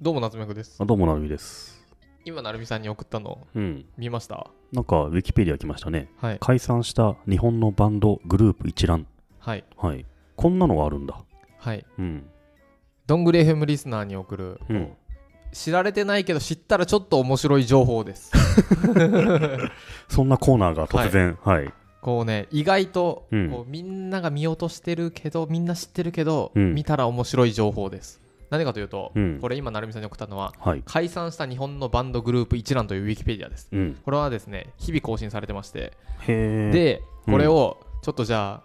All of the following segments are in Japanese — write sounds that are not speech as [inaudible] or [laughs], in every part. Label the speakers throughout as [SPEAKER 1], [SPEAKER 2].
[SPEAKER 1] どうも夏目くです
[SPEAKER 2] あどうもなるみです
[SPEAKER 1] 今なるみさんに送ったの
[SPEAKER 2] うん
[SPEAKER 1] 見ました
[SPEAKER 2] なんかウィキペディア来ましたね
[SPEAKER 1] はい
[SPEAKER 2] 解散した日本のバンドグループ一覧
[SPEAKER 1] はい
[SPEAKER 2] はいこんなのがあるんだ
[SPEAKER 1] はい
[SPEAKER 2] うん
[SPEAKER 1] どんぐり FM リスナーに送る
[SPEAKER 2] うん
[SPEAKER 1] 知られてないけど知ったらちょっと面白い情報です
[SPEAKER 2] そんなコーナーが突然はい、
[SPEAKER 1] こうね意外と
[SPEAKER 2] うん
[SPEAKER 1] こうみんなが見落としてるけどみんな知ってるけど
[SPEAKER 2] うん
[SPEAKER 1] 見たら面白い情報です何かというと
[SPEAKER 2] うん
[SPEAKER 1] これ今なるみさんに送ったのは
[SPEAKER 2] はい
[SPEAKER 1] 解散した日本のバンドグループ一覧というウィキペディアです
[SPEAKER 2] うん
[SPEAKER 1] これはですね日々更新されてまして
[SPEAKER 2] へえ
[SPEAKER 1] で
[SPEAKER 2] うん
[SPEAKER 1] これをちょっとじゃ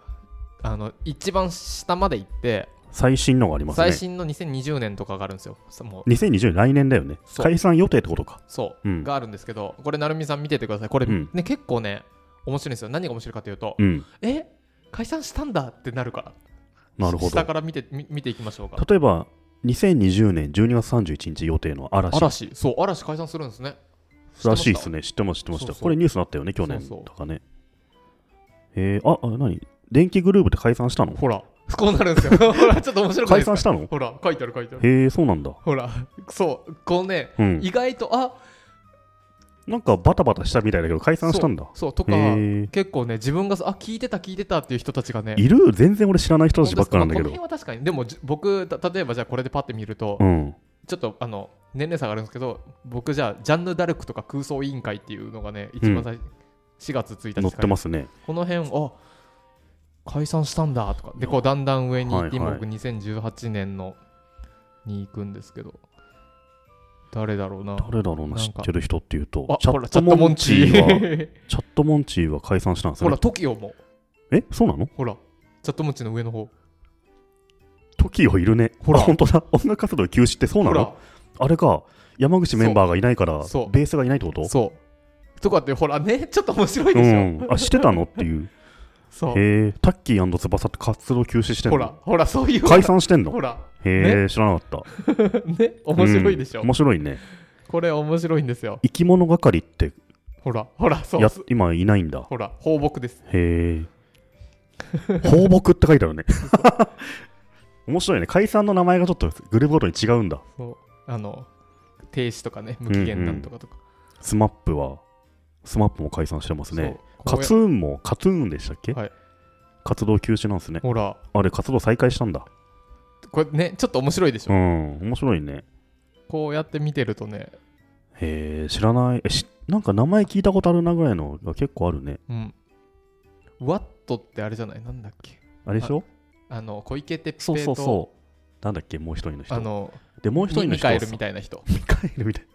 [SPEAKER 1] ああの一番下まで行って
[SPEAKER 2] 最新のがありますね
[SPEAKER 1] 最新の2020年とかがあるんですよ。そもう
[SPEAKER 2] 2020年来年だよね
[SPEAKER 1] そう
[SPEAKER 2] 解散予定ってことか
[SPEAKER 1] そう、
[SPEAKER 2] うん
[SPEAKER 1] があるんですけど、これ、成美さん見ててください。これ、
[SPEAKER 2] うん
[SPEAKER 1] ね、結構ね、面白いんですよ。何が面白いかというと、
[SPEAKER 2] うん
[SPEAKER 1] え解散したんだってなるから、
[SPEAKER 2] なるほど
[SPEAKER 1] 下から見てみ見ていきましょうか。
[SPEAKER 2] 例えば2020年12月31日予定の嵐
[SPEAKER 1] 嵐、そう、嵐解散するんですね。
[SPEAKER 2] らしいです
[SPEAKER 1] ね。
[SPEAKER 2] ね。知ってました、知ってました。
[SPEAKER 1] そうそう
[SPEAKER 2] これニュースになったよね、去年
[SPEAKER 1] そうそう
[SPEAKER 2] とかね。えー、あ、あ何電気グループで解散したの
[SPEAKER 1] ほら、こうなるんですよ。 [laughs] ほら、ちょっと面白くないで
[SPEAKER 2] 解
[SPEAKER 1] すか
[SPEAKER 2] 散したの
[SPEAKER 1] ほら、書いてある、書いてある。
[SPEAKER 2] へえ、そうなんだ。
[SPEAKER 1] ほら、そう、こうね、
[SPEAKER 2] うん。
[SPEAKER 1] 意外と、あ
[SPEAKER 2] なんかバタバタしたみたいだけど、解散したんだ。
[SPEAKER 1] そう、とか、
[SPEAKER 2] へえ。
[SPEAKER 1] 結構ね、自分が、あ聞いてた、聞いてたっていう人たちがね、
[SPEAKER 2] いる全然俺知らない人たちばっかなんだけ
[SPEAKER 1] まあこの辺
[SPEAKER 2] ど。
[SPEAKER 1] は確かに、でもじ僕、た例えばじゃあこれでパッて見ると、
[SPEAKER 2] うん。
[SPEAKER 1] ちょっとあの年齢差があるんですけど、僕じゃあ、ジャンヌ・ダルクとか空想委員会っていうのがね、一番最初、4月1日
[SPEAKER 2] 載ってますね。
[SPEAKER 1] この辺、あ解散したんだとか、で、こうだんだん上に行って、
[SPEAKER 2] はいはい
[SPEAKER 1] 今僕、2018年のに行くんですけど、誰だろうな。
[SPEAKER 2] 誰だろう
[SPEAKER 1] な
[SPEAKER 2] な、
[SPEAKER 1] ん
[SPEAKER 2] 知っ
[SPEAKER 1] か
[SPEAKER 2] てる人っていうと
[SPEAKER 1] あ、
[SPEAKER 2] チャ
[SPEAKER 1] ほら
[SPEAKER 2] ットモンチーは、
[SPEAKER 1] ー
[SPEAKER 2] チャットモンチーは解散したんです
[SPEAKER 1] [laughs] ほ
[SPEAKER 2] よ
[SPEAKER 1] ら、
[SPEAKER 2] ね。
[SPEAKER 1] TOKIO も、
[SPEAKER 2] え、そうなの
[SPEAKER 1] ほら、チャットモンチーの上の方
[SPEAKER 2] トキオいるね。
[SPEAKER 1] ほら
[SPEAKER 2] あ本当だ。音楽活動休止ってそうな
[SPEAKER 1] ほ
[SPEAKER 2] の
[SPEAKER 1] ら、
[SPEAKER 2] あれか、山口メンバーがいないから、ベ
[SPEAKER 1] そう
[SPEAKER 2] ースがいないってこと
[SPEAKER 1] そう。とかって、ほらね、ちょっと面白いで
[SPEAKER 2] う
[SPEAKER 1] しょ。
[SPEAKER 2] ん、あしてたのっていう、
[SPEAKER 1] そう。
[SPEAKER 2] へえ、タッキー翼って活動休止してん
[SPEAKER 1] ほ
[SPEAKER 2] の
[SPEAKER 1] ら、ほら、そういう。
[SPEAKER 2] 解散してんの
[SPEAKER 1] ほら、
[SPEAKER 2] へえ、知らなかった。
[SPEAKER 1] ね、面白いでしょ。
[SPEAKER 2] うん面白いね。
[SPEAKER 1] これ面白いんですよ。
[SPEAKER 2] 生き物係って
[SPEAKER 1] ほら、ほら、そう
[SPEAKER 2] や。今いないんだ。
[SPEAKER 1] ほら、放牧です。
[SPEAKER 2] へえ。放牧って書いてあ
[SPEAKER 1] [laughs]
[SPEAKER 2] るね。面白いね。解散の名前がちょっとグループごとに違うんだ。
[SPEAKER 1] そう。あの、停止とかね、無期限なんとかとか。
[SPEAKER 2] スマップは、スマップも解散してますね。
[SPEAKER 1] そう
[SPEAKER 2] カ
[SPEAKER 1] こうや
[SPEAKER 2] ツーンも、カツーンでしたっけ
[SPEAKER 1] はい
[SPEAKER 2] 活動休止なんですね。
[SPEAKER 1] ほら、
[SPEAKER 2] あれ、活動再開したんだ。
[SPEAKER 1] これね、ちょっと面白いでし
[SPEAKER 2] う
[SPEAKER 1] ょ。
[SPEAKER 2] ん、面白いね。
[SPEAKER 1] こうやって見てるとね、
[SPEAKER 2] へえ、知らない。えしなんか名前聞いたことあるなぐらいのが結構あるね。
[SPEAKER 1] うん。ワットってあれじゃないなんだっけ
[SPEAKER 2] あれでしょ
[SPEAKER 1] あの、小池徹
[SPEAKER 2] そう
[SPEAKER 1] 平
[SPEAKER 2] そう
[SPEAKER 1] と、
[SPEAKER 2] そう。なんだっけ、もう一人の人。
[SPEAKER 1] あの、
[SPEAKER 2] で、もう一人の
[SPEAKER 1] ミ
[SPEAKER 2] 人
[SPEAKER 1] カ
[SPEAKER 2] は
[SPEAKER 1] エル
[SPEAKER 2] さ
[SPEAKER 1] みたいな人。
[SPEAKER 2] ミカエルみたい。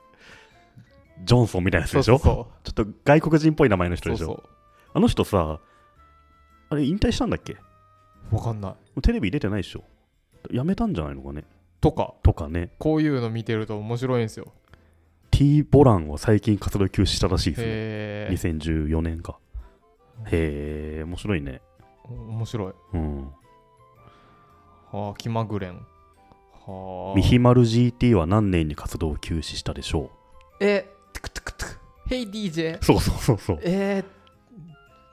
[SPEAKER 2] ジョンソンみたいなやつ
[SPEAKER 1] そう
[SPEAKER 2] でし
[SPEAKER 1] そ
[SPEAKER 2] ょ
[SPEAKER 1] うそ
[SPEAKER 2] ちょっと外国人っぽい名前の人
[SPEAKER 1] う。
[SPEAKER 2] でしょ
[SPEAKER 1] そ
[SPEAKER 2] あの人さ、あれ引退したんだっけも
[SPEAKER 1] う。わかんないう
[SPEAKER 2] テレビ出てないでしょやめたんじゃないのかね
[SPEAKER 1] とか、
[SPEAKER 2] とかね、
[SPEAKER 1] こういうの見てると面白いんですよ。
[SPEAKER 2] T ボランは最近活動休止したらしいですね。
[SPEAKER 1] へえ。
[SPEAKER 2] 2014年か。へえ、面白いね。
[SPEAKER 1] 面白い。
[SPEAKER 2] うん。
[SPEAKER 1] はあ、気まぐれん。はあ。
[SPEAKER 2] ミヒマル GT は何年に活動を休止したでしょ
[SPEAKER 1] え、トゥクトゥクトゥク。ヘイ DJ
[SPEAKER 2] う。そうそうそうそう。
[SPEAKER 1] えー、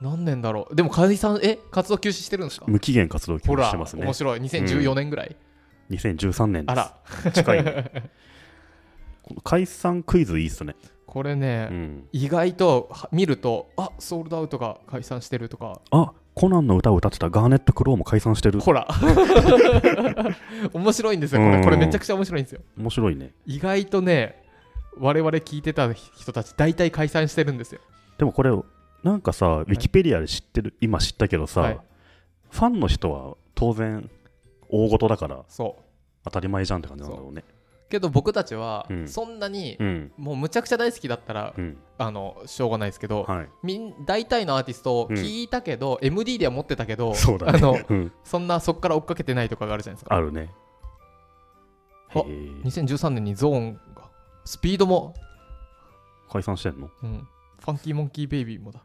[SPEAKER 1] 何年だろう。でも解散、え、活動休止してるんですか
[SPEAKER 2] 無期限活動休
[SPEAKER 1] ほ
[SPEAKER 2] 止
[SPEAKER 1] ら、
[SPEAKER 2] してますね
[SPEAKER 1] 面。白い。2014年ぐらい。
[SPEAKER 2] 2013年です。
[SPEAKER 1] あら、
[SPEAKER 2] 近い、ね、
[SPEAKER 1] [laughs]
[SPEAKER 2] この解散クイズいいっすね、
[SPEAKER 1] これ
[SPEAKER 2] う
[SPEAKER 1] ね、
[SPEAKER 2] ん、
[SPEAKER 1] 意外とは見ると、あソールドアウトが解散してるとか、
[SPEAKER 2] あコナンの歌を歌ってたガーネット・クローも解散してる
[SPEAKER 1] ほら、 [laughs] 面白いんですよ、こ
[SPEAKER 2] うん
[SPEAKER 1] れ。これめちゃくちゃ面白いんですよ。
[SPEAKER 2] 面白いね
[SPEAKER 1] 意外とね、我々聞いてた人たち、大体解散してるんですよ。
[SPEAKER 2] でもこれなんかさウィキペディアで知ってる、今知ったけどさ、
[SPEAKER 1] はい
[SPEAKER 2] ファンの人は当然大事だから
[SPEAKER 1] そう。
[SPEAKER 2] 当たり前じゃんって感じなんだろうね
[SPEAKER 1] けど僕たちは
[SPEAKER 2] う、ん
[SPEAKER 1] そんなに、
[SPEAKER 2] うん
[SPEAKER 1] もうむちゃくちゃ大好きだったら、
[SPEAKER 2] うん
[SPEAKER 1] あのしょうがないですけど、
[SPEAKER 2] はい
[SPEAKER 1] みん大体のアーティストを
[SPEAKER 2] うん
[SPEAKER 1] 聞いたけど、MD では持ってたけど
[SPEAKER 2] そうだ
[SPEAKER 1] あ
[SPEAKER 2] ね
[SPEAKER 1] の
[SPEAKER 2] うん
[SPEAKER 1] そんなそこから追っかけてないとかがあるじゃないですか
[SPEAKER 2] あるね
[SPEAKER 1] あ
[SPEAKER 2] へー
[SPEAKER 1] 2013年にゾーンがスピードも、
[SPEAKER 2] 解散してんの
[SPEAKER 1] うん、ファンキーモンキーベイビーもだ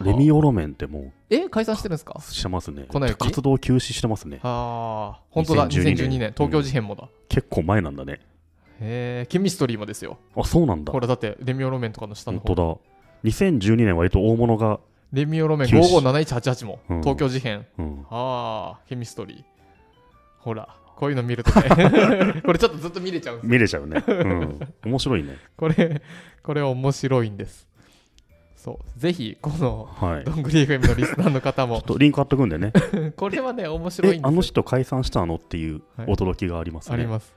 [SPEAKER 2] レミオロメンっても
[SPEAKER 1] え解散してるんですか
[SPEAKER 2] うしてますね
[SPEAKER 1] 粉雪
[SPEAKER 2] 活動休止してますね
[SPEAKER 1] ああ本当だ2012
[SPEAKER 2] 2012
[SPEAKER 1] 年
[SPEAKER 2] 年
[SPEAKER 1] 東京事変もだ、
[SPEAKER 2] 結構前なんだね
[SPEAKER 1] へえケミストリーもですよ
[SPEAKER 2] あそうなんだ
[SPEAKER 1] ほらだってレミオロメンとかの下の方
[SPEAKER 2] 本当だ2012年割と大物が、
[SPEAKER 1] レミオロメン
[SPEAKER 2] 九州
[SPEAKER 1] 557188も、
[SPEAKER 2] うん
[SPEAKER 1] 東京事変
[SPEAKER 2] うん、
[SPEAKER 1] ああケミストリーほらこういうの見ると
[SPEAKER 2] [laughs]
[SPEAKER 1] ねこれちょっとずっと見れちゃうんです
[SPEAKER 2] 見れちゃ
[SPEAKER 1] [laughs]
[SPEAKER 2] うね。うん。面白いね。
[SPEAKER 1] これこれ面白いんですそうぜひこの
[SPEAKER 2] はい。ち
[SPEAKER 1] ど
[SPEAKER 2] ょ
[SPEAKER 1] んぐり FM のリスナーの方も
[SPEAKER 2] っとリンク貼っとくんでね。
[SPEAKER 1] これはね面白い
[SPEAKER 2] え
[SPEAKER 1] ん、
[SPEAKER 2] あの
[SPEAKER 1] [laughs] ですよ
[SPEAKER 2] 人解散したのっていう
[SPEAKER 1] はい
[SPEAKER 2] 驚きがあります
[SPEAKER 1] あり
[SPEAKER 2] ね。
[SPEAKER 1] ます、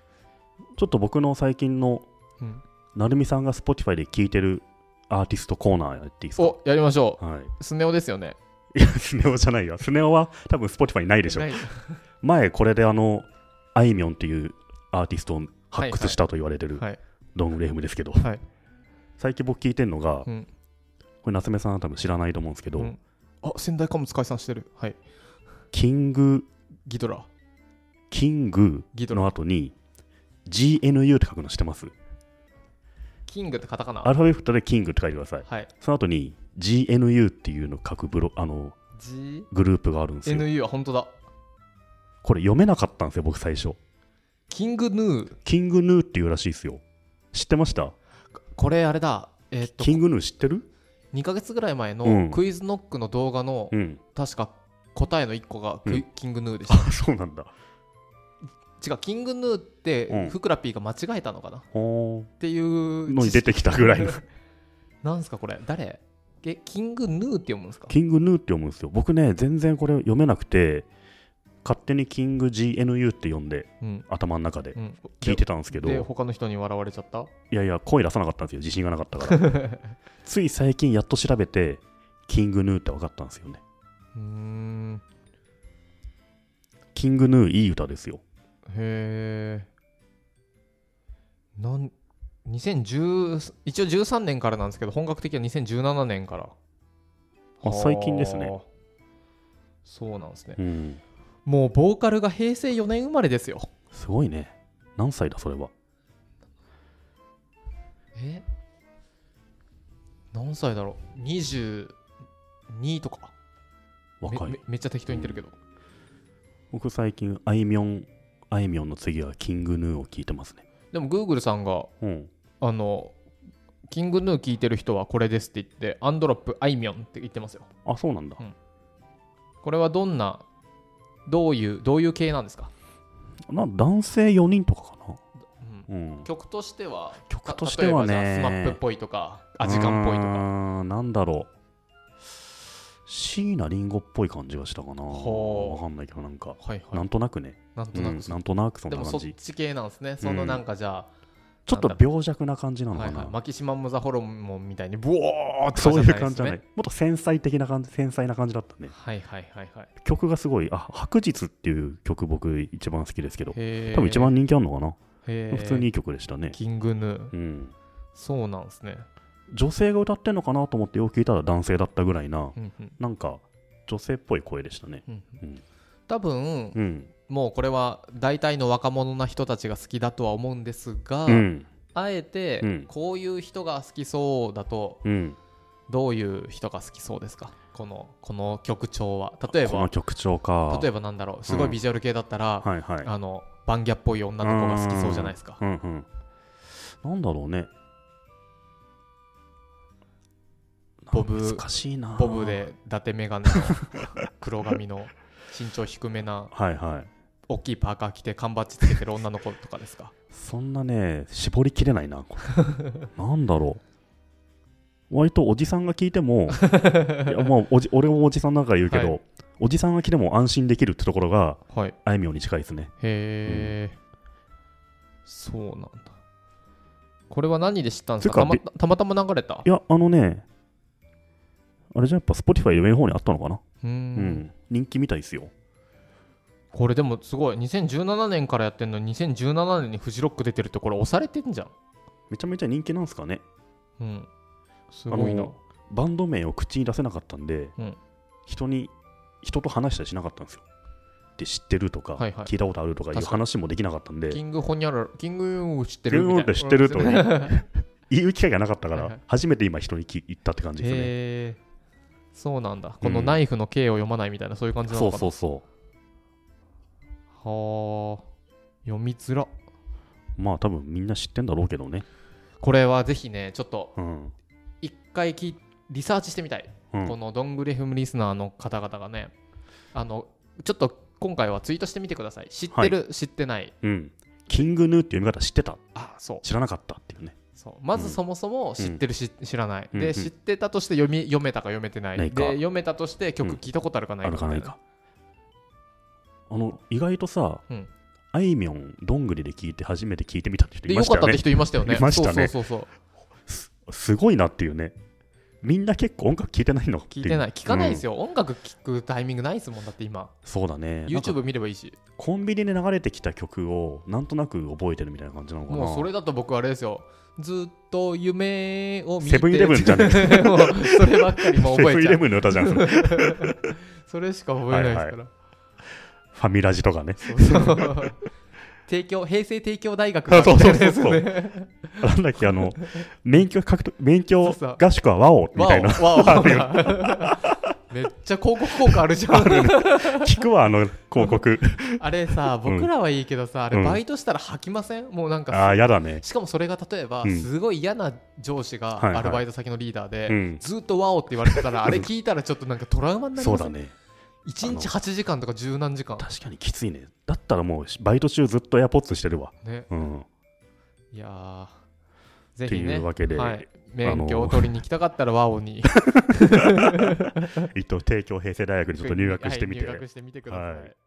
[SPEAKER 2] ちょっと僕の最近の
[SPEAKER 1] うん、
[SPEAKER 2] なるみさんが Spotify で聴いてるアーティストコーナーやっていいですか
[SPEAKER 1] おやりましょ
[SPEAKER 2] は
[SPEAKER 1] うスネ夫ですよね
[SPEAKER 2] い。いや、スネ夫じゃないよ。スネ夫は多分 Spotify にないでしょ
[SPEAKER 1] な。い
[SPEAKER 2] 前、これであの、あいみょんっていうアーティストを発掘したと言われてる
[SPEAKER 1] はい
[SPEAKER 2] ドングレフムですけど、
[SPEAKER 1] はい
[SPEAKER 2] 最近僕聞いてるのが、
[SPEAKER 1] うん
[SPEAKER 2] これ夏目さんは多分知らないと思うんですけど、
[SPEAKER 1] うんあ仙台貨物解散してるはい
[SPEAKER 2] キング、
[SPEAKER 1] ギドラ
[SPEAKER 2] キング
[SPEAKER 1] ギドラ
[SPEAKER 2] の後に GNU って書くの知ってます
[SPEAKER 1] キングってカタカナ
[SPEAKER 2] アルファベットでキングって書いてください。
[SPEAKER 1] はい
[SPEAKER 2] その後に GNU っていうのを書くブロあの
[SPEAKER 1] GNU
[SPEAKER 2] グループがあるんですよ。
[SPEAKER 1] は本当だ
[SPEAKER 2] これ読めなかったんですよ、僕最初。
[SPEAKER 1] キングヌー
[SPEAKER 2] キングヌーっていうらしいですよ。知ってました
[SPEAKER 1] これあれだえーっと
[SPEAKER 2] キングヌー知ってる
[SPEAKER 1] 2ヶ月ぐらい前
[SPEAKER 2] う
[SPEAKER 1] の
[SPEAKER 2] ん
[SPEAKER 1] クイズノックの動画の
[SPEAKER 2] うん。
[SPEAKER 1] 確か答えの1個がクイキングヌーでし
[SPEAKER 2] あ、 [laughs] そうなんだ。
[SPEAKER 1] た違うキングヌーって
[SPEAKER 2] うん
[SPEAKER 1] ふくら P が間違えたのかなっ
[SPEAKER 2] ほ
[SPEAKER 1] ていう
[SPEAKER 2] ーのに出てきたぐらいの。
[SPEAKER 1] [laughs] なんすかこれ誰えキングヌーって読むんですか
[SPEAKER 2] キングヌーって読むんですよ。僕ね、全然これ読めなくて、勝手にキング GNU って読んで、
[SPEAKER 1] うん
[SPEAKER 2] 頭の中で
[SPEAKER 1] うん
[SPEAKER 2] 聞いてたんですけど、
[SPEAKER 1] で他の人に笑われちゃった
[SPEAKER 2] いやいや、声出さなかったんですよ、自信がなかったから。
[SPEAKER 1] [laughs]
[SPEAKER 2] つい最近やっと調べて、キングヌーって分かったんですよね。
[SPEAKER 1] うーん
[SPEAKER 2] キングヌー、いい歌ですよ。
[SPEAKER 1] へえ。なん2010一応13年からなんですけど本格的には2017年から。
[SPEAKER 2] あ最近ですね
[SPEAKER 1] あー。そうなんですね。
[SPEAKER 2] うん。
[SPEAKER 1] もうボーカルが平成4年生まれですよ。
[SPEAKER 2] すごいね。何歳だ、それは。
[SPEAKER 1] え何歳だろう ?22 とかめ
[SPEAKER 2] 若
[SPEAKER 1] め
[SPEAKER 2] い。
[SPEAKER 1] めっちゃ適当に言ってるけど。
[SPEAKER 2] 僕、最近、あいみょん、あいみょんの次はキングヌーを聞いてますね。
[SPEAKER 1] でも Google さんが
[SPEAKER 2] うん。
[SPEAKER 1] あのキングヌー聞いてる人はこれですって言ってアンドロップあいみょんって言ってますよ。
[SPEAKER 2] あ、そうなんだ。
[SPEAKER 1] これはどんなどういうどういう系なんですか、
[SPEAKER 2] な男性4人とかか
[SPEAKER 1] うん
[SPEAKER 2] な。うん。
[SPEAKER 1] 曲としては
[SPEAKER 2] 曲としてはね
[SPEAKER 1] た例えばじゃあスマップっぽいとかアジカンっぽいとか
[SPEAKER 2] か。なんだろう。椎名林檎っぽい感じがしたかな。
[SPEAKER 1] ほう
[SPEAKER 2] わかんないけど、なんか、
[SPEAKER 1] はいは
[SPEAKER 2] ないんとなくね。
[SPEAKER 1] なん
[SPEAKER 2] う
[SPEAKER 1] と
[SPEAKER 2] ん
[SPEAKER 1] なく、
[SPEAKER 2] なんとなくそん
[SPEAKER 1] で
[SPEAKER 2] な
[SPEAKER 1] もそ
[SPEAKER 2] 感
[SPEAKER 1] っ
[SPEAKER 2] じ。
[SPEAKER 1] ち系なんですねそのなんかじゃ
[SPEAKER 2] ちょっと病弱な感じ
[SPEAKER 1] あ、
[SPEAKER 2] なの
[SPEAKER 1] は
[SPEAKER 2] か
[SPEAKER 1] いはい
[SPEAKER 2] な。
[SPEAKER 1] マキシマム・ザ・ホロモンみたいにブオーって
[SPEAKER 2] そういう感じじゃない。
[SPEAKER 1] ですね
[SPEAKER 2] もっと繊細的な感じ、繊細な感じだったね。
[SPEAKER 1] はいはいはいはい
[SPEAKER 2] 曲がすごい、あ、白日っていう曲僕一番好きですけど、
[SPEAKER 1] へー
[SPEAKER 2] 多分一番人気あるのかな。
[SPEAKER 1] へー
[SPEAKER 2] 普通にいい曲でしたね。
[SPEAKER 1] キングヌー
[SPEAKER 2] うん。
[SPEAKER 1] そうなんですね、
[SPEAKER 2] 女性が歌ってんのかなと思ってよく聞いたら男性だったぐらいな、
[SPEAKER 1] うんうん
[SPEAKER 2] なんか女性っぽい声でしたね。
[SPEAKER 1] うんう
[SPEAKER 2] うんん、
[SPEAKER 1] 多分
[SPEAKER 2] うん。
[SPEAKER 1] もうこれは大体の若者な人たちが好きだとは思うんですが、
[SPEAKER 2] うん。
[SPEAKER 1] あえて
[SPEAKER 2] うん
[SPEAKER 1] こういう人が好きそうだと
[SPEAKER 2] うん。
[SPEAKER 1] どういう人が好きそうですかこのこの曲調は例え
[SPEAKER 2] この
[SPEAKER 1] ば
[SPEAKER 2] 曲調か。
[SPEAKER 1] 例えばなんだろうすごいビジュアル系だったら、
[SPEAKER 2] はいはい。
[SPEAKER 1] あのバンギャっぽい女の子が好きそうじゃないですか
[SPEAKER 2] うんうん。なんだろうね。
[SPEAKER 1] ボブ
[SPEAKER 2] なんか難しいな。
[SPEAKER 1] ボブ。で伊達眼
[SPEAKER 2] [laughs]
[SPEAKER 1] 鏡の黒髪の身長低めな
[SPEAKER 2] はいはい。
[SPEAKER 1] 大きいパーカー着て缶バッジつけてる女の子とかですか
[SPEAKER 2] そんなね、絞りきれないな。こ
[SPEAKER 1] [laughs]
[SPEAKER 2] れなんだろう。割とおじさんが聞い
[SPEAKER 1] [laughs]
[SPEAKER 2] ても、いやまあ、おじ俺もおじさんなんか言うけど、
[SPEAKER 1] は
[SPEAKER 2] おじさんが聞いても安心できるってところが、
[SPEAKER 1] はいへ
[SPEAKER 2] あいみょんに近いですね。
[SPEAKER 1] え、そうなんだこれは何で知ったんですか
[SPEAKER 2] てか
[SPEAKER 1] たまたまたま流れた
[SPEAKER 2] いや、あのね、あれじゃやっぱ Spotify で上の方にあったのかな。
[SPEAKER 1] うー
[SPEAKER 2] うんん。人気みたいですよ。
[SPEAKER 1] これでもすごい2017年からやってんのに2017年にフジロック出てるってこれ押されてんじゃん
[SPEAKER 2] めちゃめちゃ人気なんすかね。
[SPEAKER 1] うんすごい
[SPEAKER 2] あ
[SPEAKER 1] な
[SPEAKER 2] のバンド名を口に出せなかったんで、
[SPEAKER 1] うん
[SPEAKER 2] 人に人と話したりしなかったんですよ。で知ってるとか、
[SPEAKER 1] はいはい
[SPEAKER 2] 聞いたことあるとかいう
[SPEAKER 1] 確かに
[SPEAKER 2] 話もできなかったんで
[SPEAKER 1] キングホニャララキングユーを知って
[SPEAKER 2] キ
[SPEAKER 1] る
[SPEAKER 2] ングユ
[SPEAKER 1] み
[SPEAKER 2] ー
[SPEAKER 1] たいな
[SPEAKER 2] って知ってると
[SPEAKER 1] うん
[SPEAKER 2] 言う機会がなかったか
[SPEAKER 1] はいはい
[SPEAKER 2] ら初めて今人に聞言ったって感じですね。
[SPEAKER 1] へえそうなんだこのナイフの刑を読まないみたいなそういう感じな
[SPEAKER 2] そ
[SPEAKER 1] の
[SPEAKER 2] う
[SPEAKER 1] かな
[SPEAKER 2] そうそ
[SPEAKER 1] はあ読みづら
[SPEAKER 2] う。まあ多分みんな知ってんだろうけどね。
[SPEAKER 1] これはぜひねちょっと
[SPEAKER 2] うん。
[SPEAKER 1] 一回きリサーチしてみたい、
[SPEAKER 2] う
[SPEAKER 1] こ
[SPEAKER 2] ん、
[SPEAKER 1] のどんぐりフムリスナーの方々がねあのちょっと今回はツイートしてみてください知ってる、知ってない
[SPEAKER 2] うん。キングヌーっていう読み方知ってた
[SPEAKER 1] あそう
[SPEAKER 2] 知らなかったっていうね。
[SPEAKER 1] そうまずそもそも知ってる、し知らない、
[SPEAKER 2] うんう
[SPEAKER 1] で
[SPEAKER 2] ん
[SPEAKER 1] 知ってたとして読み読めたか読めてない
[SPEAKER 2] ないか
[SPEAKER 1] で読めたとして曲
[SPEAKER 2] うん
[SPEAKER 1] 聞いたことあるかない
[SPEAKER 2] あ
[SPEAKER 1] か
[SPEAKER 2] る
[SPEAKER 1] みた
[SPEAKER 2] か
[SPEAKER 1] いな
[SPEAKER 2] ないか。あの、意外とさ、
[SPEAKER 1] うん
[SPEAKER 2] あいみょん、どんぐりで聞いて初めて聞いてみたって人
[SPEAKER 1] で
[SPEAKER 2] い
[SPEAKER 1] 良
[SPEAKER 2] まし
[SPEAKER 1] か
[SPEAKER 2] た
[SPEAKER 1] ったって
[SPEAKER 2] よね。
[SPEAKER 1] 人いましたよね
[SPEAKER 2] いましたね
[SPEAKER 1] そうそうそうそう
[SPEAKER 2] すごいなっていうね。みんな結構音楽聞いてないの
[SPEAKER 1] 聞いてない聞かないです
[SPEAKER 2] よ。
[SPEAKER 1] よ、音楽聞くタイミングないですもんだって今
[SPEAKER 2] うんそうだね。なんか
[SPEAKER 1] YouTube 見ればいいし
[SPEAKER 2] コンビニで流れてきた曲をなんとなく覚えてるみたいな感じなのかな
[SPEAKER 1] もうそれだと僕あれですよずっと夢を見て
[SPEAKER 2] セブンイレブンじ
[SPEAKER 1] [laughs]
[SPEAKER 2] ゃね
[SPEAKER 1] えもうそればっかりもう覚
[SPEAKER 2] セブ
[SPEAKER 1] え
[SPEAKER 2] ン
[SPEAKER 1] ち
[SPEAKER 2] イ
[SPEAKER 1] ゃ
[SPEAKER 2] レ
[SPEAKER 1] う
[SPEAKER 2] ブンの歌じゃんそれフ
[SPEAKER 1] それしか覚えないですから、
[SPEAKER 2] ァミラジとかね
[SPEAKER 1] そうそう
[SPEAKER 2] [laughs]
[SPEAKER 1] 帝京平成帝京大学が
[SPEAKER 2] そう
[SPEAKER 1] み
[SPEAKER 2] そ
[SPEAKER 1] た
[SPEAKER 2] う
[SPEAKER 1] いな
[SPEAKER 2] そう
[SPEAKER 1] やつ
[SPEAKER 2] そう
[SPEAKER 1] ね
[SPEAKER 2] [laughs] なんだっけあの免許獲得免許
[SPEAKER 1] そう
[SPEAKER 2] 合宿はワオみたいな
[SPEAKER 1] わおわお [laughs] めっちゃ広告効果あるじゃん
[SPEAKER 2] 聞くわあの広告
[SPEAKER 1] あれさ
[SPEAKER 2] うん
[SPEAKER 1] 僕らはいいけどさあ
[SPEAKER 2] う
[SPEAKER 1] れ
[SPEAKER 2] ん
[SPEAKER 1] バイトしたら吐きませんもうなん
[SPEAKER 2] あ
[SPEAKER 1] か
[SPEAKER 2] あやだね
[SPEAKER 1] しかもそれが例えば
[SPEAKER 2] うん
[SPEAKER 1] すごい嫌な上司
[SPEAKER 2] はいはい
[SPEAKER 1] がアルバイト先のリーダー
[SPEAKER 2] う
[SPEAKER 1] で
[SPEAKER 2] ん
[SPEAKER 1] ずっとワオって言われてたらあれ聞いたらちょっとなんかトラウマになり
[SPEAKER 2] そ
[SPEAKER 1] ま
[SPEAKER 2] う
[SPEAKER 1] す
[SPEAKER 2] だ
[SPEAKER 1] ね
[SPEAKER 2] ね
[SPEAKER 1] 1日8時間とか十何時間
[SPEAKER 2] 確かにきついねだったらもうバイト中ずっとエアポッツしてるわ
[SPEAKER 1] ね
[SPEAKER 2] うん
[SPEAKER 1] いやーぜ
[SPEAKER 2] と
[SPEAKER 1] ひ
[SPEAKER 2] い
[SPEAKER 1] ね
[SPEAKER 2] うわけで、
[SPEAKER 1] はい免許を取りに行きたかったらワオ
[SPEAKER 2] [laughs]
[SPEAKER 1] に
[SPEAKER 2] 一応帝京平成大学にちょっと入学してみ
[SPEAKER 1] は
[SPEAKER 2] て、
[SPEAKER 1] い入学してみてくださ
[SPEAKER 2] はい
[SPEAKER 1] い